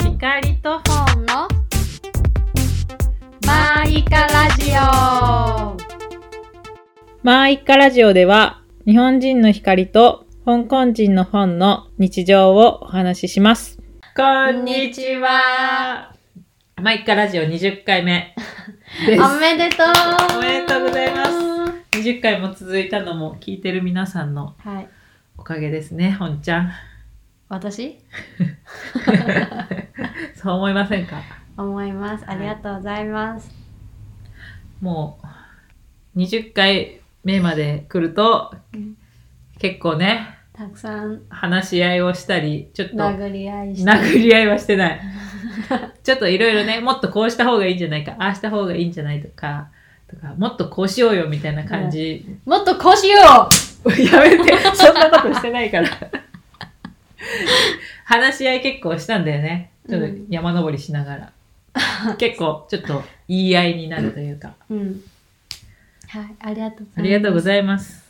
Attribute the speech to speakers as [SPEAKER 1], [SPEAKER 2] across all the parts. [SPEAKER 1] 光と本のマイカラジオマーイカラジオでは日本人の光と香港人の本の日常をお話しします。こ
[SPEAKER 2] んにちは。
[SPEAKER 1] マーイカラジオ20回 目です。
[SPEAKER 2] おめでとう
[SPEAKER 1] おめでとうございます20回も続いたのも聞いてる皆さんの
[SPEAKER 2] はい。
[SPEAKER 1] おかげですね、本ちゃん。
[SPEAKER 2] 私
[SPEAKER 1] そう思いませんか
[SPEAKER 2] 思います。ありがとうございます。
[SPEAKER 1] もう20回目まで来ると
[SPEAKER 2] うん
[SPEAKER 1] 結構ね
[SPEAKER 2] たくさん
[SPEAKER 1] 話し合いをしたりちょっと
[SPEAKER 2] 殴り合いし て。
[SPEAKER 1] 殴り合いはしてないちょっといろいろねもっとこうした方がいいんじゃないかああした方がいいんじゃないとかとかもっとこうしようよみたいな感じ、
[SPEAKER 2] もっとこうしよ
[SPEAKER 1] やめてそんなことしてないから 話し合い結構したんだよねちょっと
[SPEAKER 2] うん
[SPEAKER 1] 山登りしな がら、結構ちょっと言い合いになるというか
[SPEAKER 2] ううん。はい。ありがとうございます。
[SPEAKER 1] ありがとうご
[SPEAKER 2] い
[SPEAKER 1] ざいます。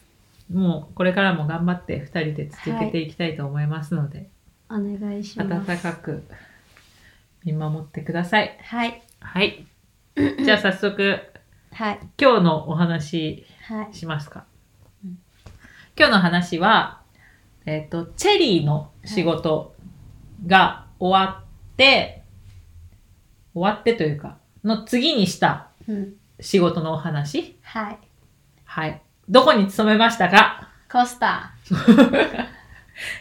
[SPEAKER 1] もうこれからも頑張って2人で続けていきたいと思いますので、
[SPEAKER 2] ます。お願いします。
[SPEAKER 1] 温かく見守ってください。
[SPEAKER 2] はい。
[SPEAKER 1] はい。じゃあ早速
[SPEAKER 2] はい。
[SPEAKER 1] 今日のお話
[SPEAKER 2] はい。
[SPEAKER 1] しますか
[SPEAKER 2] うん。
[SPEAKER 1] 今日の話は、えっ、と、チェリーの仕事が終わって、終わってというか、の次にした
[SPEAKER 2] うん。
[SPEAKER 1] 仕事のお話。
[SPEAKER 2] はい。
[SPEAKER 1] はい。どこに勤めましたか
[SPEAKER 2] コスタ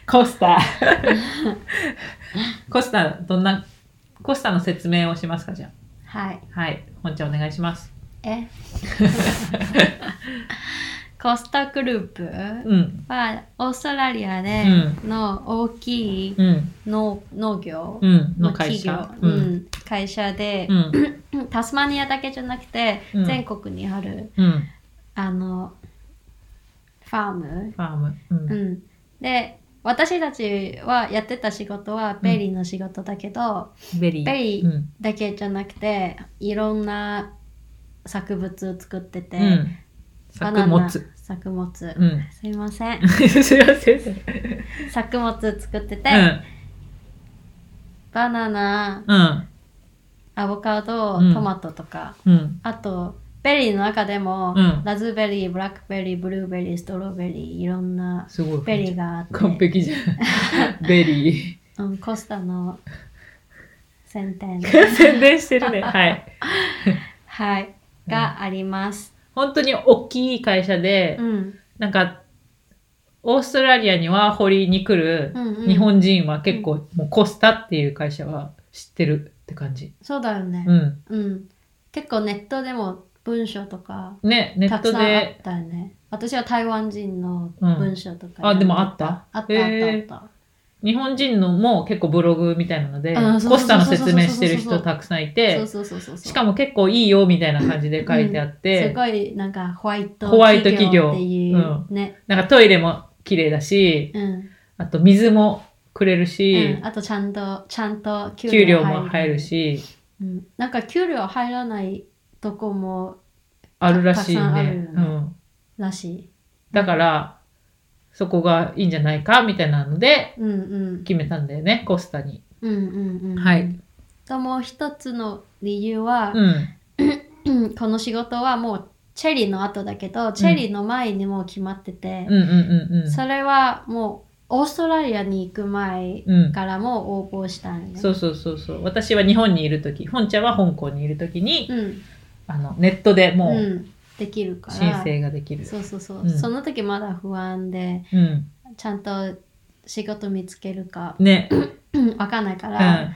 [SPEAKER 1] コスタ。コスタ、どんな、コスタの説明をしますか、じゃ
[SPEAKER 2] ー。はい。
[SPEAKER 1] あ。はい。本ちゃんお願いします。
[SPEAKER 2] えコスタグループ
[SPEAKER 1] うん。
[SPEAKER 2] はオーストラリアでの大きい
[SPEAKER 1] うん。
[SPEAKER 2] 農農業
[SPEAKER 1] うん。の
[SPEAKER 2] の企
[SPEAKER 1] 会
[SPEAKER 2] 業、
[SPEAKER 1] 社。
[SPEAKER 2] う
[SPEAKER 1] うん。
[SPEAKER 2] ん、会社で
[SPEAKER 1] う、ん。
[SPEAKER 2] タスマニアだけじゃなくて、
[SPEAKER 1] うん
[SPEAKER 2] 全国にある
[SPEAKER 1] うん。
[SPEAKER 2] あのファーム、
[SPEAKER 1] ファーム。うん
[SPEAKER 2] う。ん、で私たちはやってた仕事はベリーの仕事だけど、
[SPEAKER 1] ベリー。
[SPEAKER 2] ベリー
[SPEAKER 1] うん。
[SPEAKER 2] だけじゃなくていろんな作物を作ってて、
[SPEAKER 1] うん。
[SPEAKER 2] バナ
[SPEAKER 1] 作
[SPEAKER 2] ナ
[SPEAKER 1] 物。
[SPEAKER 2] 作物、
[SPEAKER 1] うん。
[SPEAKER 2] すいません
[SPEAKER 1] すいません。
[SPEAKER 2] 作物作ってて、
[SPEAKER 1] うん。
[SPEAKER 2] バナナ
[SPEAKER 1] うん。
[SPEAKER 2] アボカド
[SPEAKER 1] うん
[SPEAKER 2] トマトとか、
[SPEAKER 1] うん。
[SPEAKER 2] あと、ベリーの中でも、
[SPEAKER 1] うん
[SPEAKER 2] ラズベリー、ブラックベリー、ブルーベリー、ストロベリー、いろんな
[SPEAKER 1] すごい。
[SPEAKER 2] ベリーがあっ
[SPEAKER 1] 完
[SPEAKER 2] て、
[SPEAKER 1] 璧じゃん。ベリー。
[SPEAKER 2] うん、コスタの宣 伝
[SPEAKER 1] 宣伝してるね。はい。
[SPEAKER 2] はい、があります。
[SPEAKER 1] 本当に大きい会社で
[SPEAKER 2] う、ん、
[SPEAKER 1] なんか、オーストラリアには掘りに来る
[SPEAKER 2] うん、うん
[SPEAKER 1] 日本人は結構、もうコスタっていう会社は知ってるって感じ。
[SPEAKER 2] そうだよね
[SPEAKER 1] う、ん。
[SPEAKER 2] うん。結構ネットでも文章とか、
[SPEAKER 1] ね、ネ
[SPEAKER 2] た
[SPEAKER 1] ッ
[SPEAKER 2] く
[SPEAKER 1] ト
[SPEAKER 2] さんあっ
[SPEAKER 1] で。
[SPEAKER 2] たよね。私は台湾人の文章とか、
[SPEAKER 1] あ、でもあった
[SPEAKER 2] あったあったあっ
[SPEAKER 1] えー
[SPEAKER 2] た。
[SPEAKER 1] 日本人のも結構ブログみたいなので、
[SPEAKER 2] うんそうそう
[SPEAKER 1] コスタの説明してる
[SPEAKER 2] そうそうそうそう
[SPEAKER 1] 人たくさんい
[SPEAKER 2] そう
[SPEAKER 1] て、
[SPEAKER 2] そうそうそうそう。
[SPEAKER 1] しかも結構いいよみたいな感じで書いてあっ
[SPEAKER 2] す
[SPEAKER 1] て、
[SPEAKER 2] ごいなんかホワイト
[SPEAKER 1] ホワイト企
[SPEAKER 2] 企
[SPEAKER 1] 業
[SPEAKER 2] 業っていうね、
[SPEAKER 1] なんかトイレも綺麗だし、
[SPEAKER 2] うん、
[SPEAKER 1] あと水もくれるし
[SPEAKER 2] うん、、あとちゃんと、ちゃんと
[SPEAKER 1] 給料も入る、し、
[SPEAKER 2] うんなんか給料入らないとこも
[SPEAKER 1] あるらしい
[SPEAKER 2] たくさんあ
[SPEAKER 1] ね。
[SPEAKER 2] るよね
[SPEAKER 1] うん。
[SPEAKER 2] らし
[SPEAKER 1] だから、そこがいいんじゃないかみたいなので、
[SPEAKER 2] い。うんうん。
[SPEAKER 1] 決めたんだよね、コスタに。
[SPEAKER 2] うんうんうん。
[SPEAKER 1] はい。
[SPEAKER 2] ともう一つの理由は、
[SPEAKER 1] うん。
[SPEAKER 2] この仕事はもうチェリーの後だけど、チェリーの前にもう決まってて
[SPEAKER 1] うん、うんうんうん。
[SPEAKER 2] それはもうオーストラリアに行く前
[SPEAKER 1] うん。
[SPEAKER 2] からも応募したんよね。
[SPEAKER 1] そうそうそうそう。私は日本にいるとき、本ちゃんは香港にいるときに、
[SPEAKER 2] うん。
[SPEAKER 1] あの、ネットでも
[SPEAKER 2] う。
[SPEAKER 1] うん
[SPEAKER 2] できるから。
[SPEAKER 1] 申請ができる。
[SPEAKER 2] そうそうそう。
[SPEAKER 1] うん
[SPEAKER 2] その時まだ不安で、
[SPEAKER 1] うん。
[SPEAKER 2] ちゃんと仕事見つけるか
[SPEAKER 1] ね。う
[SPEAKER 2] うんわかんないから、
[SPEAKER 1] ん。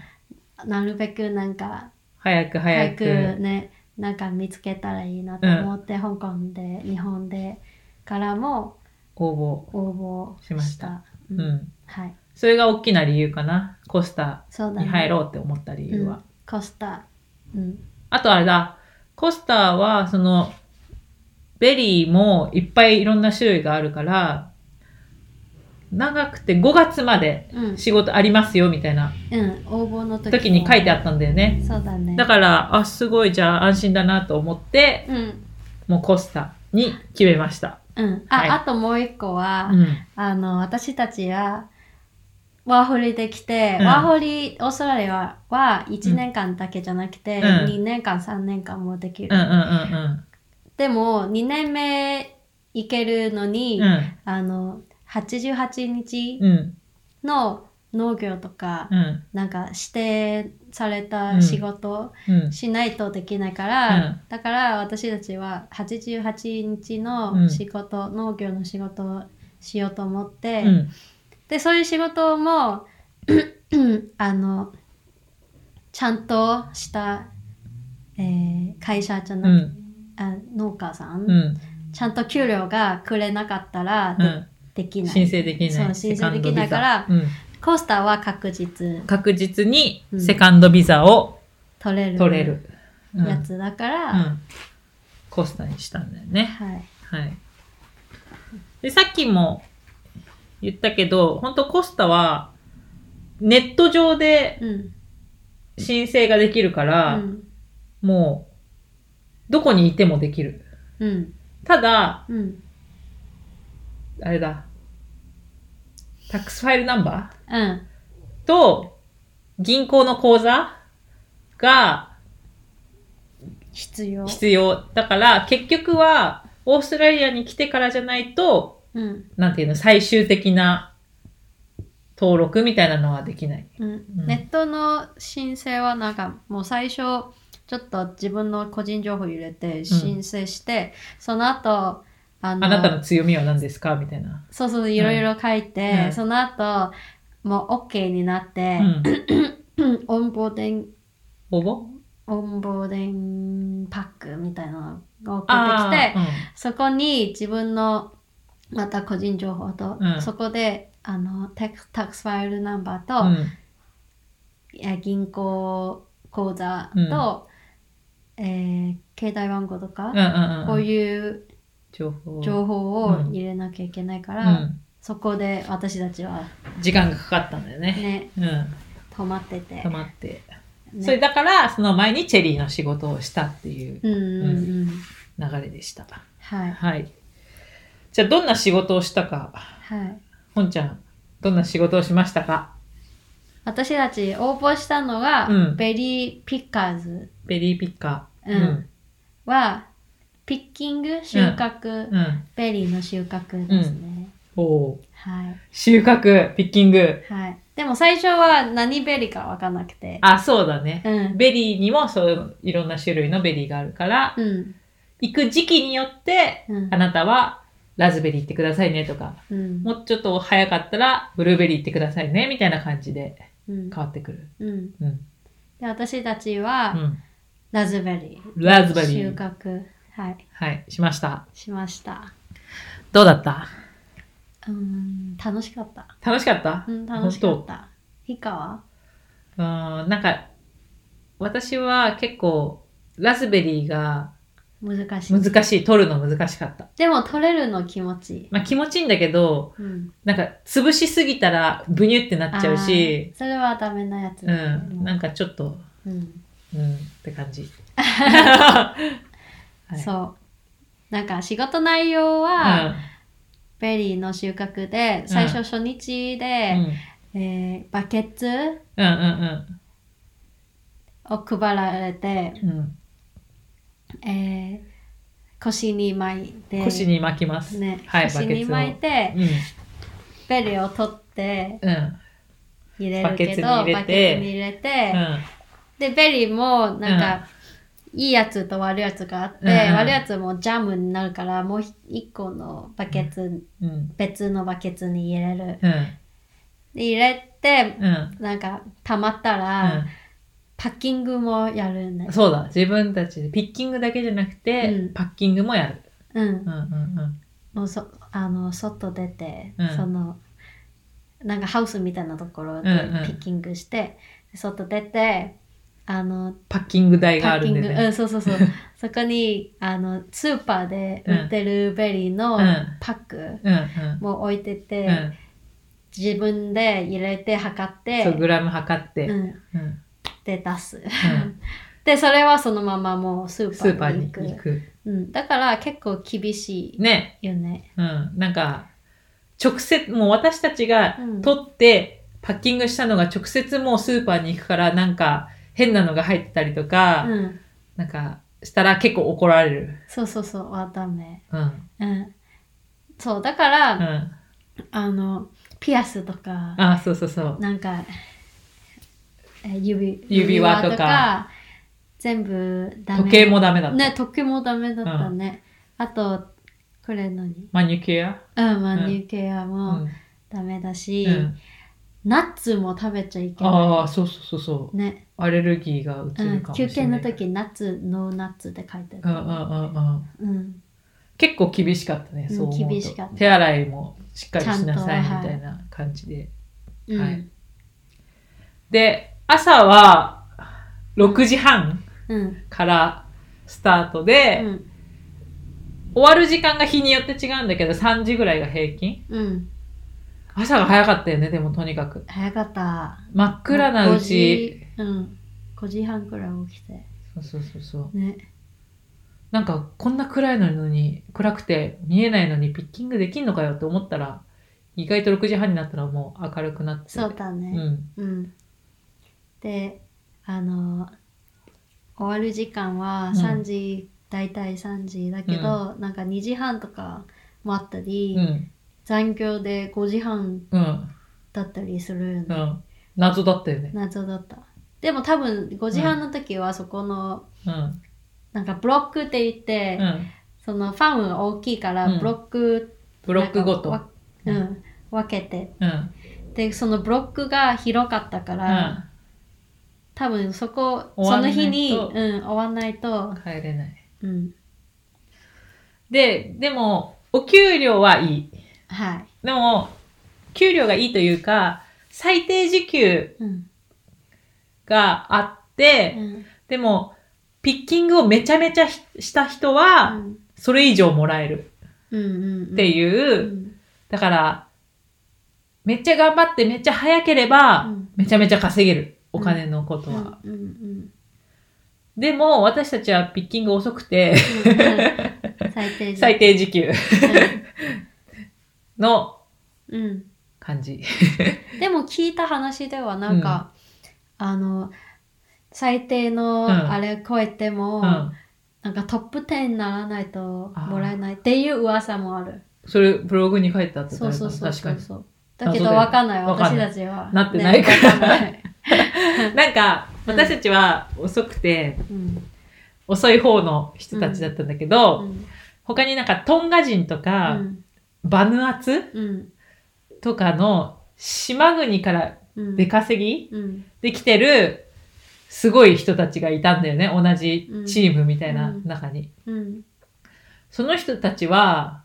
[SPEAKER 2] なるべくなんか
[SPEAKER 1] 早く
[SPEAKER 2] 早
[SPEAKER 1] 早
[SPEAKER 2] く
[SPEAKER 1] く。
[SPEAKER 2] ねなんか見つけたらいいなと思って、香港で日本でからも
[SPEAKER 1] 応
[SPEAKER 2] 応募
[SPEAKER 1] しました
[SPEAKER 2] う
[SPEAKER 1] 募。
[SPEAKER 2] ん
[SPEAKER 1] うん。
[SPEAKER 2] はい
[SPEAKER 1] それが大きな理由かな。コスタ
[SPEAKER 2] そうだ
[SPEAKER 1] に
[SPEAKER 2] ね
[SPEAKER 1] 入ろうって思った理由
[SPEAKER 2] うん
[SPEAKER 1] は。
[SPEAKER 2] コスタうん
[SPEAKER 1] あとあれだ。コスタは、その、ベリーもいっぱいいろんな種類があるから、長くて5月まで
[SPEAKER 2] うん、
[SPEAKER 1] 仕事ありますよみたいな
[SPEAKER 2] うん、応募の時
[SPEAKER 1] 時に書いてあ
[SPEAKER 2] っ
[SPEAKER 1] ったんだよね。
[SPEAKER 2] そうだね
[SPEAKER 1] だから、あ、すごい、じゃあ安心だなと思って、
[SPEAKER 2] うん
[SPEAKER 1] もうコスタに決めました。
[SPEAKER 2] うんあ、
[SPEAKER 1] はい
[SPEAKER 2] あともう一個は、
[SPEAKER 1] うん。
[SPEAKER 2] あの私たちはワーホリできて、
[SPEAKER 1] うん
[SPEAKER 2] ワーホリオーストラリアは1年間だけじゃなくて、
[SPEAKER 1] うん
[SPEAKER 2] 2年間3年間もでき
[SPEAKER 1] う
[SPEAKER 2] る、
[SPEAKER 1] んうん
[SPEAKER 2] でも2年目行けるのに、
[SPEAKER 1] うんうん
[SPEAKER 2] あの88日
[SPEAKER 1] うん
[SPEAKER 2] の農業とか、
[SPEAKER 1] うん
[SPEAKER 2] なんか指定された仕事
[SPEAKER 1] うん
[SPEAKER 2] しないとできないから、
[SPEAKER 1] うん
[SPEAKER 2] だから私たちは88日の仕事、農業の仕事をしようと思って、
[SPEAKER 1] うん
[SPEAKER 2] でそういう仕事も あのちゃんとした、えー会社じゃな
[SPEAKER 1] う
[SPEAKER 2] く、
[SPEAKER 1] ん
[SPEAKER 2] あ農家さん、
[SPEAKER 1] うん
[SPEAKER 2] ちゃんと給料がくれなかったら
[SPEAKER 1] う
[SPEAKER 2] で,、
[SPEAKER 1] ん
[SPEAKER 2] きない
[SPEAKER 1] 申請できない
[SPEAKER 2] そう申請できないから
[SPEAKER 1] セカンドビザ
[SPEAKER 2] コースターは確実
[SPEAKER 1] うん確実に
[SPEAKER 2] うん
[SPEAKER 1] セカンドビザを
[SPEAKER 2] 取れる
[SPEAKER 1] 取れる、うん
[SPEAKER 2] やつだか
[SPEAKER 1] う
[SPEAKER 2] ら、
[SPEAKER 1] ん、コスタにしたんだよね
[SPEAKER 2] はい
[SPEAKER 1] はい。で、さっきも言ったけど、本当コスタは、ネット上で
[SPEAKER 2] うん
[SPEAKER 1] 申請ができるか
[SPEAKER 2] う
[SPEAKER 1] ら、
[SPEAKER 2] ん
[SPEAKER 1] もう、どこにいてもできる。
[SPEAKER 2] うん
[SPEAKER 1] ただ、
[SPEAKER 2] うん
[SPEAKER 1] あれだ、タックスファイルナンバ
[SPEAKER 2] うん
[SPEAKER 1] ーと、銀行の口座が
[SPEAKER 2] 必要
[SPEAKER 1] 必要。だから、結局は、オーストラリアに来てからじゃないと、
[SPEAKER 2] うん
[SPEAKER 1] なんていうの、最終的な登録みたいなのはできない。
[SPEAKER 2] うん
[SPEAKER 1] ん
[SPEAKER 2] ネットの申請はなんかもう最初ちょっと自分の個人情報入れて申請して、その後あの
[SPEAKER 1] あなたの強みは何ですかみたいな。
[SPEAKER 2] そうそういろいろ書いて、
[SPEAKER 1] うん
[SPEAKER 2] その後もう OK になっ
[SPEAKER 1] う
[SPEAKER 2] て、
[SPEAKER 1] ん。
[SPEAKER 2] オンボーデン
[SPEAKER 1] 応募
[SPEAKER 2] オンボーデンパックみたいなのが送
[SPEAKER 1] あ
[SPEAKER 2] ってきて、
[SPEAKER 1] ー
[SPEAKER 2] そこに自分のまた個人情報と、
[SPEAKER 1] うん
[SPEAKER 2] そこであのタタックスファイルナンバーと、
[SPEAKER 1] うん。うん
[SPEAKER 2] えー銀行口座と、えー携帯番号とか、
[SPEAKER 1] うんうん。
[SPEAKER 2] こう
[SPEAKER 1] う
[SPEAKER 2] いう
[SPEAKER 1] 情報。
[SPEAKER 2] 情報を入れなきゃいけないか
[SPEAKER 1] う
[SPEAKER 2] ら、
[SPEAKER 1] ん。
[SPEAKER 2] そこで私たちは
[SPEAKER 1] 時間がかかったんだよね。
[SPEAKER 2] ね
[SPEAKER 1] うん。
[SPEAKER 2] 止まってて
[SPEAKER 1] 止。まって。
[SPEAKER 2] ね
[SPEAKER 1] それだから、その前にチェリーの仕事をしたっていう
[SPEAKER 2] うんうんうん。
[SPEAKER 1] 流れでした。
[SPEAKER 2] はい。
[SPEAKER 1] はい。じゃあ、どんな仕事をしたか。
[SPEAKER 2] はい。
[SPEAKER 1] 本ちゃん、どんな仕事をしましたか
[SPEAKER 2] 私たち応募したのが、
[SPEAKER 1] うん
[SPEAKER 2] ベリーピッカーズ
[SPEAKER 1] ベリーピッカー。
[SPEAKER 2] うんは、ピッキング、収穫、
[SPEAKER 1] うん。うん。
[SPEAKER 2] ベリーの収穫ですね。
[SPEAKER 1] おー
[SPEAKER 2] はい。
[SPEAKER 1] 収穫、ピッキング。
[SPEAKER 2] はい。でも最初は何ベリーかわかんなくて。
[SPEAKER 1] あ、そうだね。
[SPEAKER 2] うん。
[SPEAKER 1] ベリーにもそういろんな種類のベリーがあるから、
[SPEAKER 2] うん。
[SPEAKER 1] 行く時期によって、
[SPEAKER 2] うん
[SPEAKER 1] あなたはラズベリー行ってくださいねとか、
[SPEAKER 2] うん。
[SPEAKER 1] もうちょっと早かったらブルーベリー行ってくださいねみたいな感じで
[SPEAKER 2] うん
[SPEAKER 1] 変。わってくる。
[SPEAKER 2] うん。
[SPEAKER 1] うん。
[SPEAKER 2] で、私たち
[SPEAKER 1] う
[SPEAKER 2] は、
[SPEAKER 1] ん、
[SPEAKER 2] ラズベリー。
[SPEAKER 1] ラズベリ
[SPEAKER 2] 収
[SPEAKER 1] ー。
[SPEAKER 2] 穫、はい、
[SPEAKER 1] はい、しました。
[SPEAKER 2] しました。
[SPEAKER 1] どうだった
[SPEAKER 2] うん、楽しかった。
[SPEAKER 1] 楽しかった
[SPEAKER 2] うん、楽しかった。ヒカは
[SPEAKER 1] うーん、なんか、私は結構、ラズベリーが
[SPEAKER 2] 難しい。
[SPEAKER 1] 難しい、取るの難しかった。
[SPEAKER 2] でも取れるの気持ちいい。
[SPEAKER 1] まあ気持ちいいんだけど、
[SPEAKER 2] うん、
[SPEAKER 1] なんか潰しすぎたらブニュってなっちゃうし、
[SPEAKER 2] あーそれはダメなやつ
[SPEAKER 1] う
[SPEAKER 2] だね、
[SPEAKER 1] ん、なんかちょっと、
[SPEAKER 2] うん
[SPEAKER 1] うん、って感じ。はい
[SPEAKER 2] そうなんか仕事内容は、ベリーの収穫で最初初日
[SPEAKER 1] うん、うん
[SPEAKER 2] で、、えーバケツ
[SPEAKER 1] うん、うん
[SPEAKER 2] を配られて、
[SPEAKER 1] うん、
[SPEAKER 2] えー腰に巻いて
[SPEAKER 1] 腰に巻きます。
[SPEAKER 2] ね
[SPEAKER 1] はい、バ
[SPEAKER 2] 腰
[SPEAKER 1] ケ
[SPEAKER 2] に
[SPEAKER 1] ツを。
[SPEAKER 2] 巻いて
[SPEAKER 1] うん、
[SPEAKER 2] ベリーを取って
[SPEAKER 1] うん、
[SPEAKER 2] 入れるけど
[SPEAKER 1] バ
[SPEAKER 2] バ
[SPEAKER 1] ケツに入れて
[SPEAKER 2] ケツに入れて、
[SPEAKER 1] うん、
[SPEAKER 2] でベリーもなんか、いいやつと悪いやつがあって、
[SPEAKER 1] うんうん
[SPEAKER 2] 悪いやつもジャムになるからもう一個のバケツ、
[SPEAKER 1] うん、
[SPEAKER 2] 別のバケツに入れる
[SPEAKER 1] うん、
[SPEAKER 2] で入れて
[SPEAKER 1] うん、
[SPEAKER 2] なんか溜まったら、パッキングもやるんだ
[SPEAKER 1] うん。そうだ、自分たちでピッキングだけじゃなくて、
[SPEAKER 2] うん
[SPEAKER 1] パッキングもやる。
[SPEAKER 2] うん
[SPEAKER 1] うん、うん、
[SPEAKER 2] もうそあの外出て、
[SPEAKER 1] うん
[SPEAKER 2] そのなんかハウスみたいなところで
[SPEAKER 1] う
[SPEAKER 2] ピ
[SPEAKER 1] んうん
[SPEAKER 2] ッキングして、外出てあの
[SPEAKER 1] パッキング台が
[SPEAKER 2] パ
[SPEAKER 1] あ
[SPEAKER 2] ッ
[SPEAKER 1] る
[SPEAKER 2] キ
[SPEAKER 1] ん
[SPEAKER 2] ン
[SPEAKER 1] で
[SPEAKER 2] グ、
[SPEAKER 1] ね。
[SPEAKER 2] うん、そうそ うそう。そこに、あの、スーパーで売ってるベリーの
[SPEAKER 1] うん
[SPEAKER 2] パック
[SPEAKER 1] うん、うん、
[SPEAKER 2] も置いてて、
[SPEAKER 1] うん。
[SPEAKER 2] 自分で入れて測って、
[SPEAKER 1] そう、グラム測って。
[SPEAKER 2] う
[SPEAKER 1] うん、
[SPEAKER 2] ん、
[SPEAKER 1] うん、
[SPEAKER 2] で出す。 で、それはそのままもうス
[SPEAKER 1] スー
[SPEAKER 2] ー
[SPEAKER 1] パ
[SPEAKER 2] パー
[SPEAKER 1] ー
[SPEAKER 2] に
[SPEAKER 1] に
[SPEAKER 2] 行く。
[SPEAKER 1] 行く。
[SPEAKER 2] うん、だから結構厳し
[SPEAKER 1] ね。
[SPEAKER 2] いよね。
[SPEAKER 1] うん、なんか、直接、もう私たちが
[SPEAKER 2] うん
[SPEAKER 1] 取って、パッキングしたのが直接もうスーパーに行くからなんか変なのが入ってたりとか、
[SPEAKER 2] うん。
[SPEAKER 1] なんかしたら結構怒られる。
[SPEAKER 2] そうそうそう、わため。
[SPEAKER 1] うん。
[SPEAKER 2] うん。そう、だから、
[SPEAKER 1] うん。あ
[SPEAKER 2] あの、ピアスとか、
[SPEAKER 1] あ、そうそうそう。
[SPEAKER 2] なんか、え指、
[SPEAKER 1] 指輪とか
[SPEAKER 2] 指全部ダメ。
[SPEAKER 1] 時計もダメだった。
[SPEAKER 2] ね、時計もダメだったね。あと、これ何
[SPEAKER 1] マニキュア
[SPEAKER 2] うん、マニュケア
[SPEAKER 1] う
[SPEAKER 2] も
[SPEAKER 1] ん。
[SPEAKER 2] ダメだし、
[SPEAKER 1] うん
[SPEAKER 2] ナッツも食べちゃいけ
[SPEAKER 1] あ
[SPEAKER 2] な
[SPEAKER 1] あ、そうそうそうそう
[SPEAKER 2] い。。ね、
[SPEAKER 1] アレルギーがうつ
[SPEAKER 2] う
[SPEAKER 1] る
[SPEAKER 2] ん
[SPEAKER 1] か、もし
[SPEAKER 2] 休
[SPEAKER 1] れ
[SPEAKER 2] 憩
[SPEAKER 1] な
[SPEAKER 2] の
[SPEAKER 1] い。
[SPEAKER 2] 時、ナッツ、ノーナッツって書いてあ
[SPEAKER 1] うんうんう
[SPEAKER 2] る。
[SPEAKER 1] んうん。
[SPEAKER 2] うん。
[SPEAKER 1] 結構厳しかったね、
[SPEAKER 2] うん
[SPEAKER 1] そう思うと。
[SPEAKER 2] 厳しかった
[SPEAKER 1] 手洗いもしっかりしなさいみ
[SPEAKER 2] ちゃんと
[SPEAKER 1] たいな感じで。
[SPEAKER 2] うん。
[SPEAKER 1] はいで、朝は6時半
[SPEAKER 2] うん。
[SPEAKER 1] からスタートで、
[SPEAKER 2] うん。
[SPEAKER 1] 終わる時間が日によって違うんだけど、3時ぐらいが平均
[SPEAKER 2] うん。
[SPEAKER 1] 朝が早かったよね、でもとにかく。
[SPEAKER 2] 早かった。
[SPEAKER 1] 真っ暗なうち。
[SPEAKER 2] 5時。うん。5時半くらい起きて。
[SPEAKER 1] そうそうそうそう。
[SPEAKER 2] ね。
[SPEAKER 1] なんか、こんな暗いのに、暗くて見えないのにピッキングできんのかよって思ったら、意外と6時半になったらもう明るくなってて。
[SPEAKER 2] そうだ
[SPEAKER 1] う
[SPEAKER 2] ね。
[SPEAKER 1] ん。
[SPEAKER 2] うん。で、あの、終わる時間は
[SPEAKER 1] うん
[SPEAKER 2] 3時、だいたい3時だけど、なんか2時半とかもあったり、
[SPEAKER 1] うん。
[SPEAKER 2] 残業で5時半
[SPEAKER 1] うん。
[SPEAKER 2] だったりするよね
[SPEAKER 1] うん。謎だったよね。
[SPEAKER 2] 謎だった。でも多分5時半の時はそこの、
[SPEAKER 1] うん。
[SPEAKER 2] なんかブロックって言って、
[SPEAKER 1] うん。
[SPEAKER 2] そのファームが大きいから
[SPEAKER 1] うん
[SPEAKER 2] ブロック、
[SPEAKER 1] ブロックごと。
[SPEAKER 2] なんかわうん分けて
[SPEAKER 1] うん。
[SPEAKER 2] でそのブロックが広かったか
[SPEAKER 1] う
[SPEAKER 2] ら、
[SPEAKER 1] ん。
[SPEAKER 2] 多分そこ
[SPEAKER 1] 終わ
[SPEAKER 2] そ
[SPEAKER 1] んな
[SPEAKER 2] の
[SPEAKER 1] いと
[SPEAKER 2] 日に、うん、終わんないと、
[SPEAKER 1] 帰れない。
[SPEAKER 2] うん、
[SPEAKER 1] で、でも、お給料はいい。
[SPEAKER 2] はい、
[SPEAKER 1] でも、給料がいいというか、最低時給
[SPEAKER 2] うん
[SPEAKER 1] があっ
[SPEAKER 2] う
[SPEAKER 1] て、
[SPEAKER 2] ん
[SPEAKER 1] でも、ピッキングをめちゃめちゃひした人
[SPEAKER 2] う
[SPEAKER 1] は、
[SPEAKER 2] ん
[SPEAKER 1] それ以上もらえる
[SPEAKER 2] うんうん、
[SPEAKER 1] って
[SPEAKER 2] う
[SPEAKER 1] いう、
[SPEAKER 2] ん
[SPEAKER 1] だから、めっちゃ頑張ってめっちゃ早ければ、
[SPEAKER 2] うん
[SPEAKER 1] めちゃめちゃ稼げる。お金のことは。
[SPEAKER 2] うんうん
[SPEAKER 1] でも、私たちはピッキング遅くて、
[SPEAKER 2] うん、最低時
[SPEAKER 1] 最低時給の
[SPEAKER 2] うんうん
[SPEAKER 1] 感じ。
[SPEAKER 2] でも聞いた話ではなんか、あの最低
[SPEAKER 1] うん
[SPEAKER 2] のあれ超えて
[SPEAKER 1] う
[SPEAKER 2] も、
[SPEAKER 1] ん。
[SPEAKER 2] なんかトップ10にならないともらえないっていう噂もある。
[SPEAKER 1] それ、ブログに書いてあった
[SPEAKER 2] そうそうそう
[SPEAKER 1] 確か
[SPEAKER 2] そう
[SPEAKER 1] に。
[SPEAKER 2] そう。
[SPEAKER 1] 確かに
[SPEAKER 2] だけ
[SPEAKER 1] 謎
[SPEAKER 2] ど
[SPEAKER 1] だよ
[SPEAKER 2] わかんない
[SPEAKER 1] わかん
[SPEAKER 2] 私
[SPEAKER 1] ない
[SPEAKER 2] たちは。
[SPEAKER 1] なってないから
[SPEAKER 2] ねわんない
[SPEAKER 1] なんか、
[SPEAKER 2] うん
[SPEAKER 1] 私たちは遅くて、
[SPEAKER 2] うん
[SPEAKER 1] 遅い方の人たちだったんだけど、
[SPEAKER 2] うん
[SPEAKER 1] 他になんかトンガ人とか、バヌアツ
[SPEAKER 2] うん
[SPEAKER 1] とかの島国から
[SPEAKER 2] うん
[SPEAKER 1] 出稼ぎ
[SPEAKER 2] うん
[SPEAKER 1] できてるすごい人たちがいたんだよね。同じチームみたいな
[SPEAKER 2] うん
[SPEAKER 1] 中に。
[SPEAKER 2] うん
[SPEAKER 1] その人たちは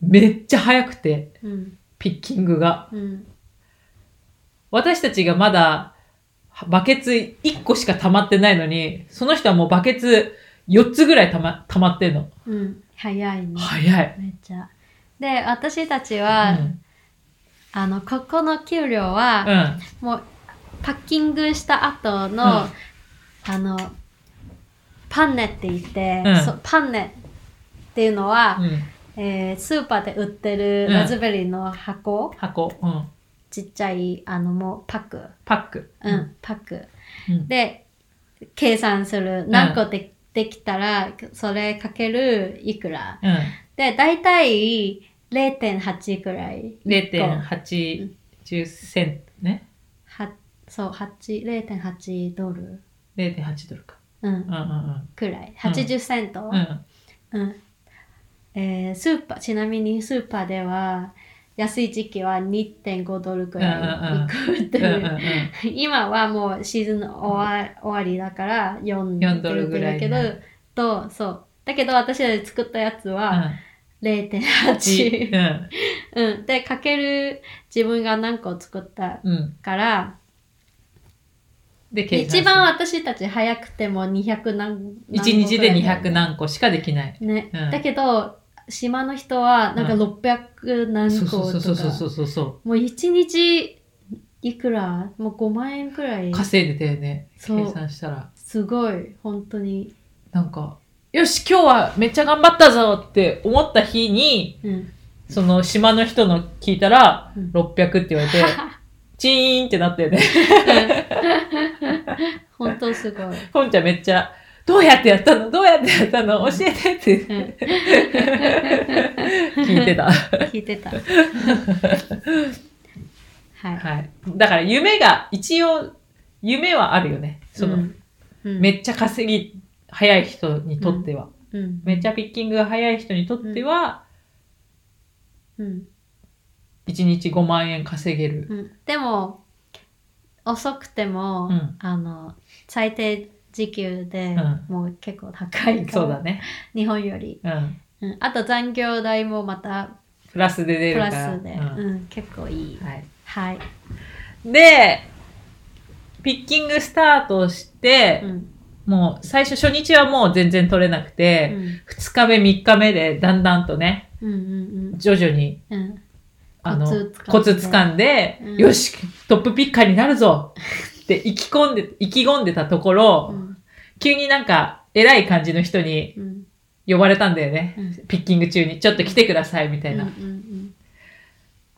[SPEAKER 1] めっちゃ早くて、
[SPEAKER 2] うん
[SPEAKER 1] ピッキングが。
[SPEAKER 2] うん
[SPEAKER 1] 私たちがまだバケツ1個しか溜まってないのに、その人はもうバケツ4つぐらい溜ま溜まってんの。
[SPEAKER 2] うん早いね。
[SPEAKER 1] 早い。
[SPEAKER 2] めっちゃ。で私たちは、
[SPEAKER 1] うん
[SPEAKER 2] あのここの給料は、
[SPEAKER 1] うん。
[SPEAKER 2] もうパッキングした
[SPEAKER 1] う
[SPEAKER 2] 後の、
[SPEAKER 1] ん
[SPEAKER 2] あのパンネって言って、
[SPEAKER 1] うん
[SPEAKER 2] そパンネっていうのは、
[SPEAKER 1] うん、
[SPEAKER 2] えースーパーで売ってる
[SPEAKER 1] うん
[SPEAKER 2] ラズベリーの箱、
[SPEAKER 1] 箱、うん、
[SPEAKER 2] ちっちゃいあのもうパック、
[SPEAKER 1] パック。
[SPEAKER 2] うんパック
[SPEAKER 1] うん
[SPEAKER 2] で計算する何個で,、できたらそれかけるいくら
[SPEAKER 1] うん
[SPEAKER 2] で大体0.8くらい
[SPEAKER 1] 0.8 10セントね。
[SPEAKER 2] はそう8 0.8ドル、
[SPEAKER 1] 0.8ドルか。
[SPEAKER 2] うん
[SPEAKER 1] うん、うん
[SPEAKER 2] くらい80セント、
[SPEAKER 1] うん。うん。
[SPEAKER 2] うんえースーパーちなみにスーパーでは安い時期は2.5ドルくらい行くと
[SPEAKER 1] うん
[SPEAKER 2] い
[SPEAKER 1] うん
[SPEAKER 2] う
[SPEAKER 1] うん
[SPEAKER 2] 今はもうシーズン終わ終わりだから
[SPEAKER 1] 4
[SPEAKER 2] 4
[SPEAKER 1] ドルぐらい
[SPEAKER 2] だけ
[SPEAKER 1] に
[SPEAKER 2] ど
[SPEAKER 1] な
[SPEAKER 2] とそうだけど私たち作ったやつは
[SPEAKER 1] じう
[SPEAKER 2] 0.8、
[SPEAKER 1] ん
[SPEAKER 2] うん、でかける自分が何個作った
[SPEAKER 1] うん。
[SPEAKER 2] から
[SPEAKER 1] で、計算する
[SPEAKER 2] 一番私たち早くても200何何個
[SPEAKER 1] 一日で
[SPEAKER 2] くらいだよ
[SPEAKER 1] 200何個しかできない。
[SPEAKER 2] ね、
[SPEAKER 1] うん
[SPEAKER 2] だけど島の人はなんか
[SPEAKER 1] う
[SPEAKER 2] 600何
[SPEAKER 1] そう
[SPEAKER 2] 個と
[SPEAKER 1] そう
[SPEAKER 2] か、
[SPEAKER 1] そうそうそうそうそ。
[SPEAKER 2] もう一日いくらもう5万円くらいう
[SPEAKER 1] 稼いでたよね。
[SPEAKER 2] そう
[SPEAKER 1] 計算したら。
[SPEAKER 2] すごい本当に
[SPEAKER 1] なんか、よし、今日はめっちゃ頑張ったぞって思った日に、
[SPEAKER 2] うん
[SPEAKER 1] その島の人の聞いたら、
[SPEAKER 2] うん
[SPEAKER 1] 600って言われて、チーンってなったよね。
[SPEAKER 2] 本当すごい。
[SPEAKER 1] こんちゃんめっちゃ、どうやってやったのどうやってやったの教えてって
[SPEAKER 2] うん
[SPEAKER 1] 聞いて た。
[SPEAKER 2] 聞い てた。はい。
[SPEAKER 1] はい。だから夢が、一応、夢はあるよね。その、
[SPEAKER 2] うんうん
[SPEAKER 1] めっちゃ稼ぎ早い人にとっては、
[SPEAKER 2] うん
[SPEAKER 1] めっちゃピッキングが早い人にとっては、
[SPEAKER 2] うん
[SPEAKER 1] 1日5万円稼げる。
[SPEAKER 2] うんでも遅くても、
[SPEAKER 1] うん
[SPEAKER 2] あの最低時給で、もう結構高いから
[SPEAKER 1] そうだね。
[SPEAKER 2] 日本より、
[SPEAKER 1] うん。
[SPEAKER 2] うん、あと残業代もまた
[SPEAKER 1] プラスで出
[SPEAKER 2] プ
[SPEAKER 1] るか
[SPEAKER 2] ラ
[SPEAKER 1] ら。
[SPEAKER 2] スで、うん
[SPEAKER 1] うん
[SPEAKER 2] 結構いい
[SPEAKER 1] はい。
[SPEAKER 2] はい、
[SPEAKER 1] で、ピッキングスタートして、
[SPEAKER 2] うん
[SPEAKER 1] もう最初初日はもう全然取れなく
[SPEAKER 2] う
[SPEAKER 1] て、
[SPEAKER 2] ん
[SPEAKER 1] 二2日目3日目でだんだんとね、
[SPEAKER 2] うんうん
[SPEAKER 1] 徐々に
[SPEAKER 2] うんうん
[SPEAKER 1] あの
[SPEAKER 2] コツ掴んで
[SPEAKER 1] コツつかんで、
[SPEAKER 2] うん
[SPEAKER 1] よし、トップピッカーになるぞって意気込んで、意気込んでたところ、
[SPEAKER 2] うん
[SPEAKER 1] 急になんか偉い感じの人に
[SPEAKER 2] うん
[SPEAKER 1] 呼ばれたんだよね。
[SPEAKER 2] うん
[SPEAKER 1] ピッキング中に、ちょっと来てくださいみたいな。
[SPEAKER 2] うんうん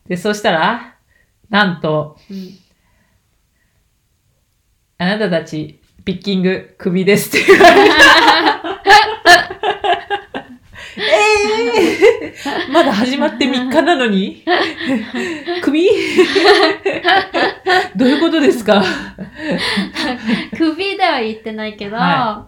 [SPEAKER 1] で、そしたら、なんと、
[SPEAKER 2] うん
[SPEAKER 1] あなたたち、ピッキング、クビですって言われた。えー、 まだ始まって3日なのにクビどういうことですか
[SPEAKER 2] 首では言ってないけど、
[SPEAKER 1] は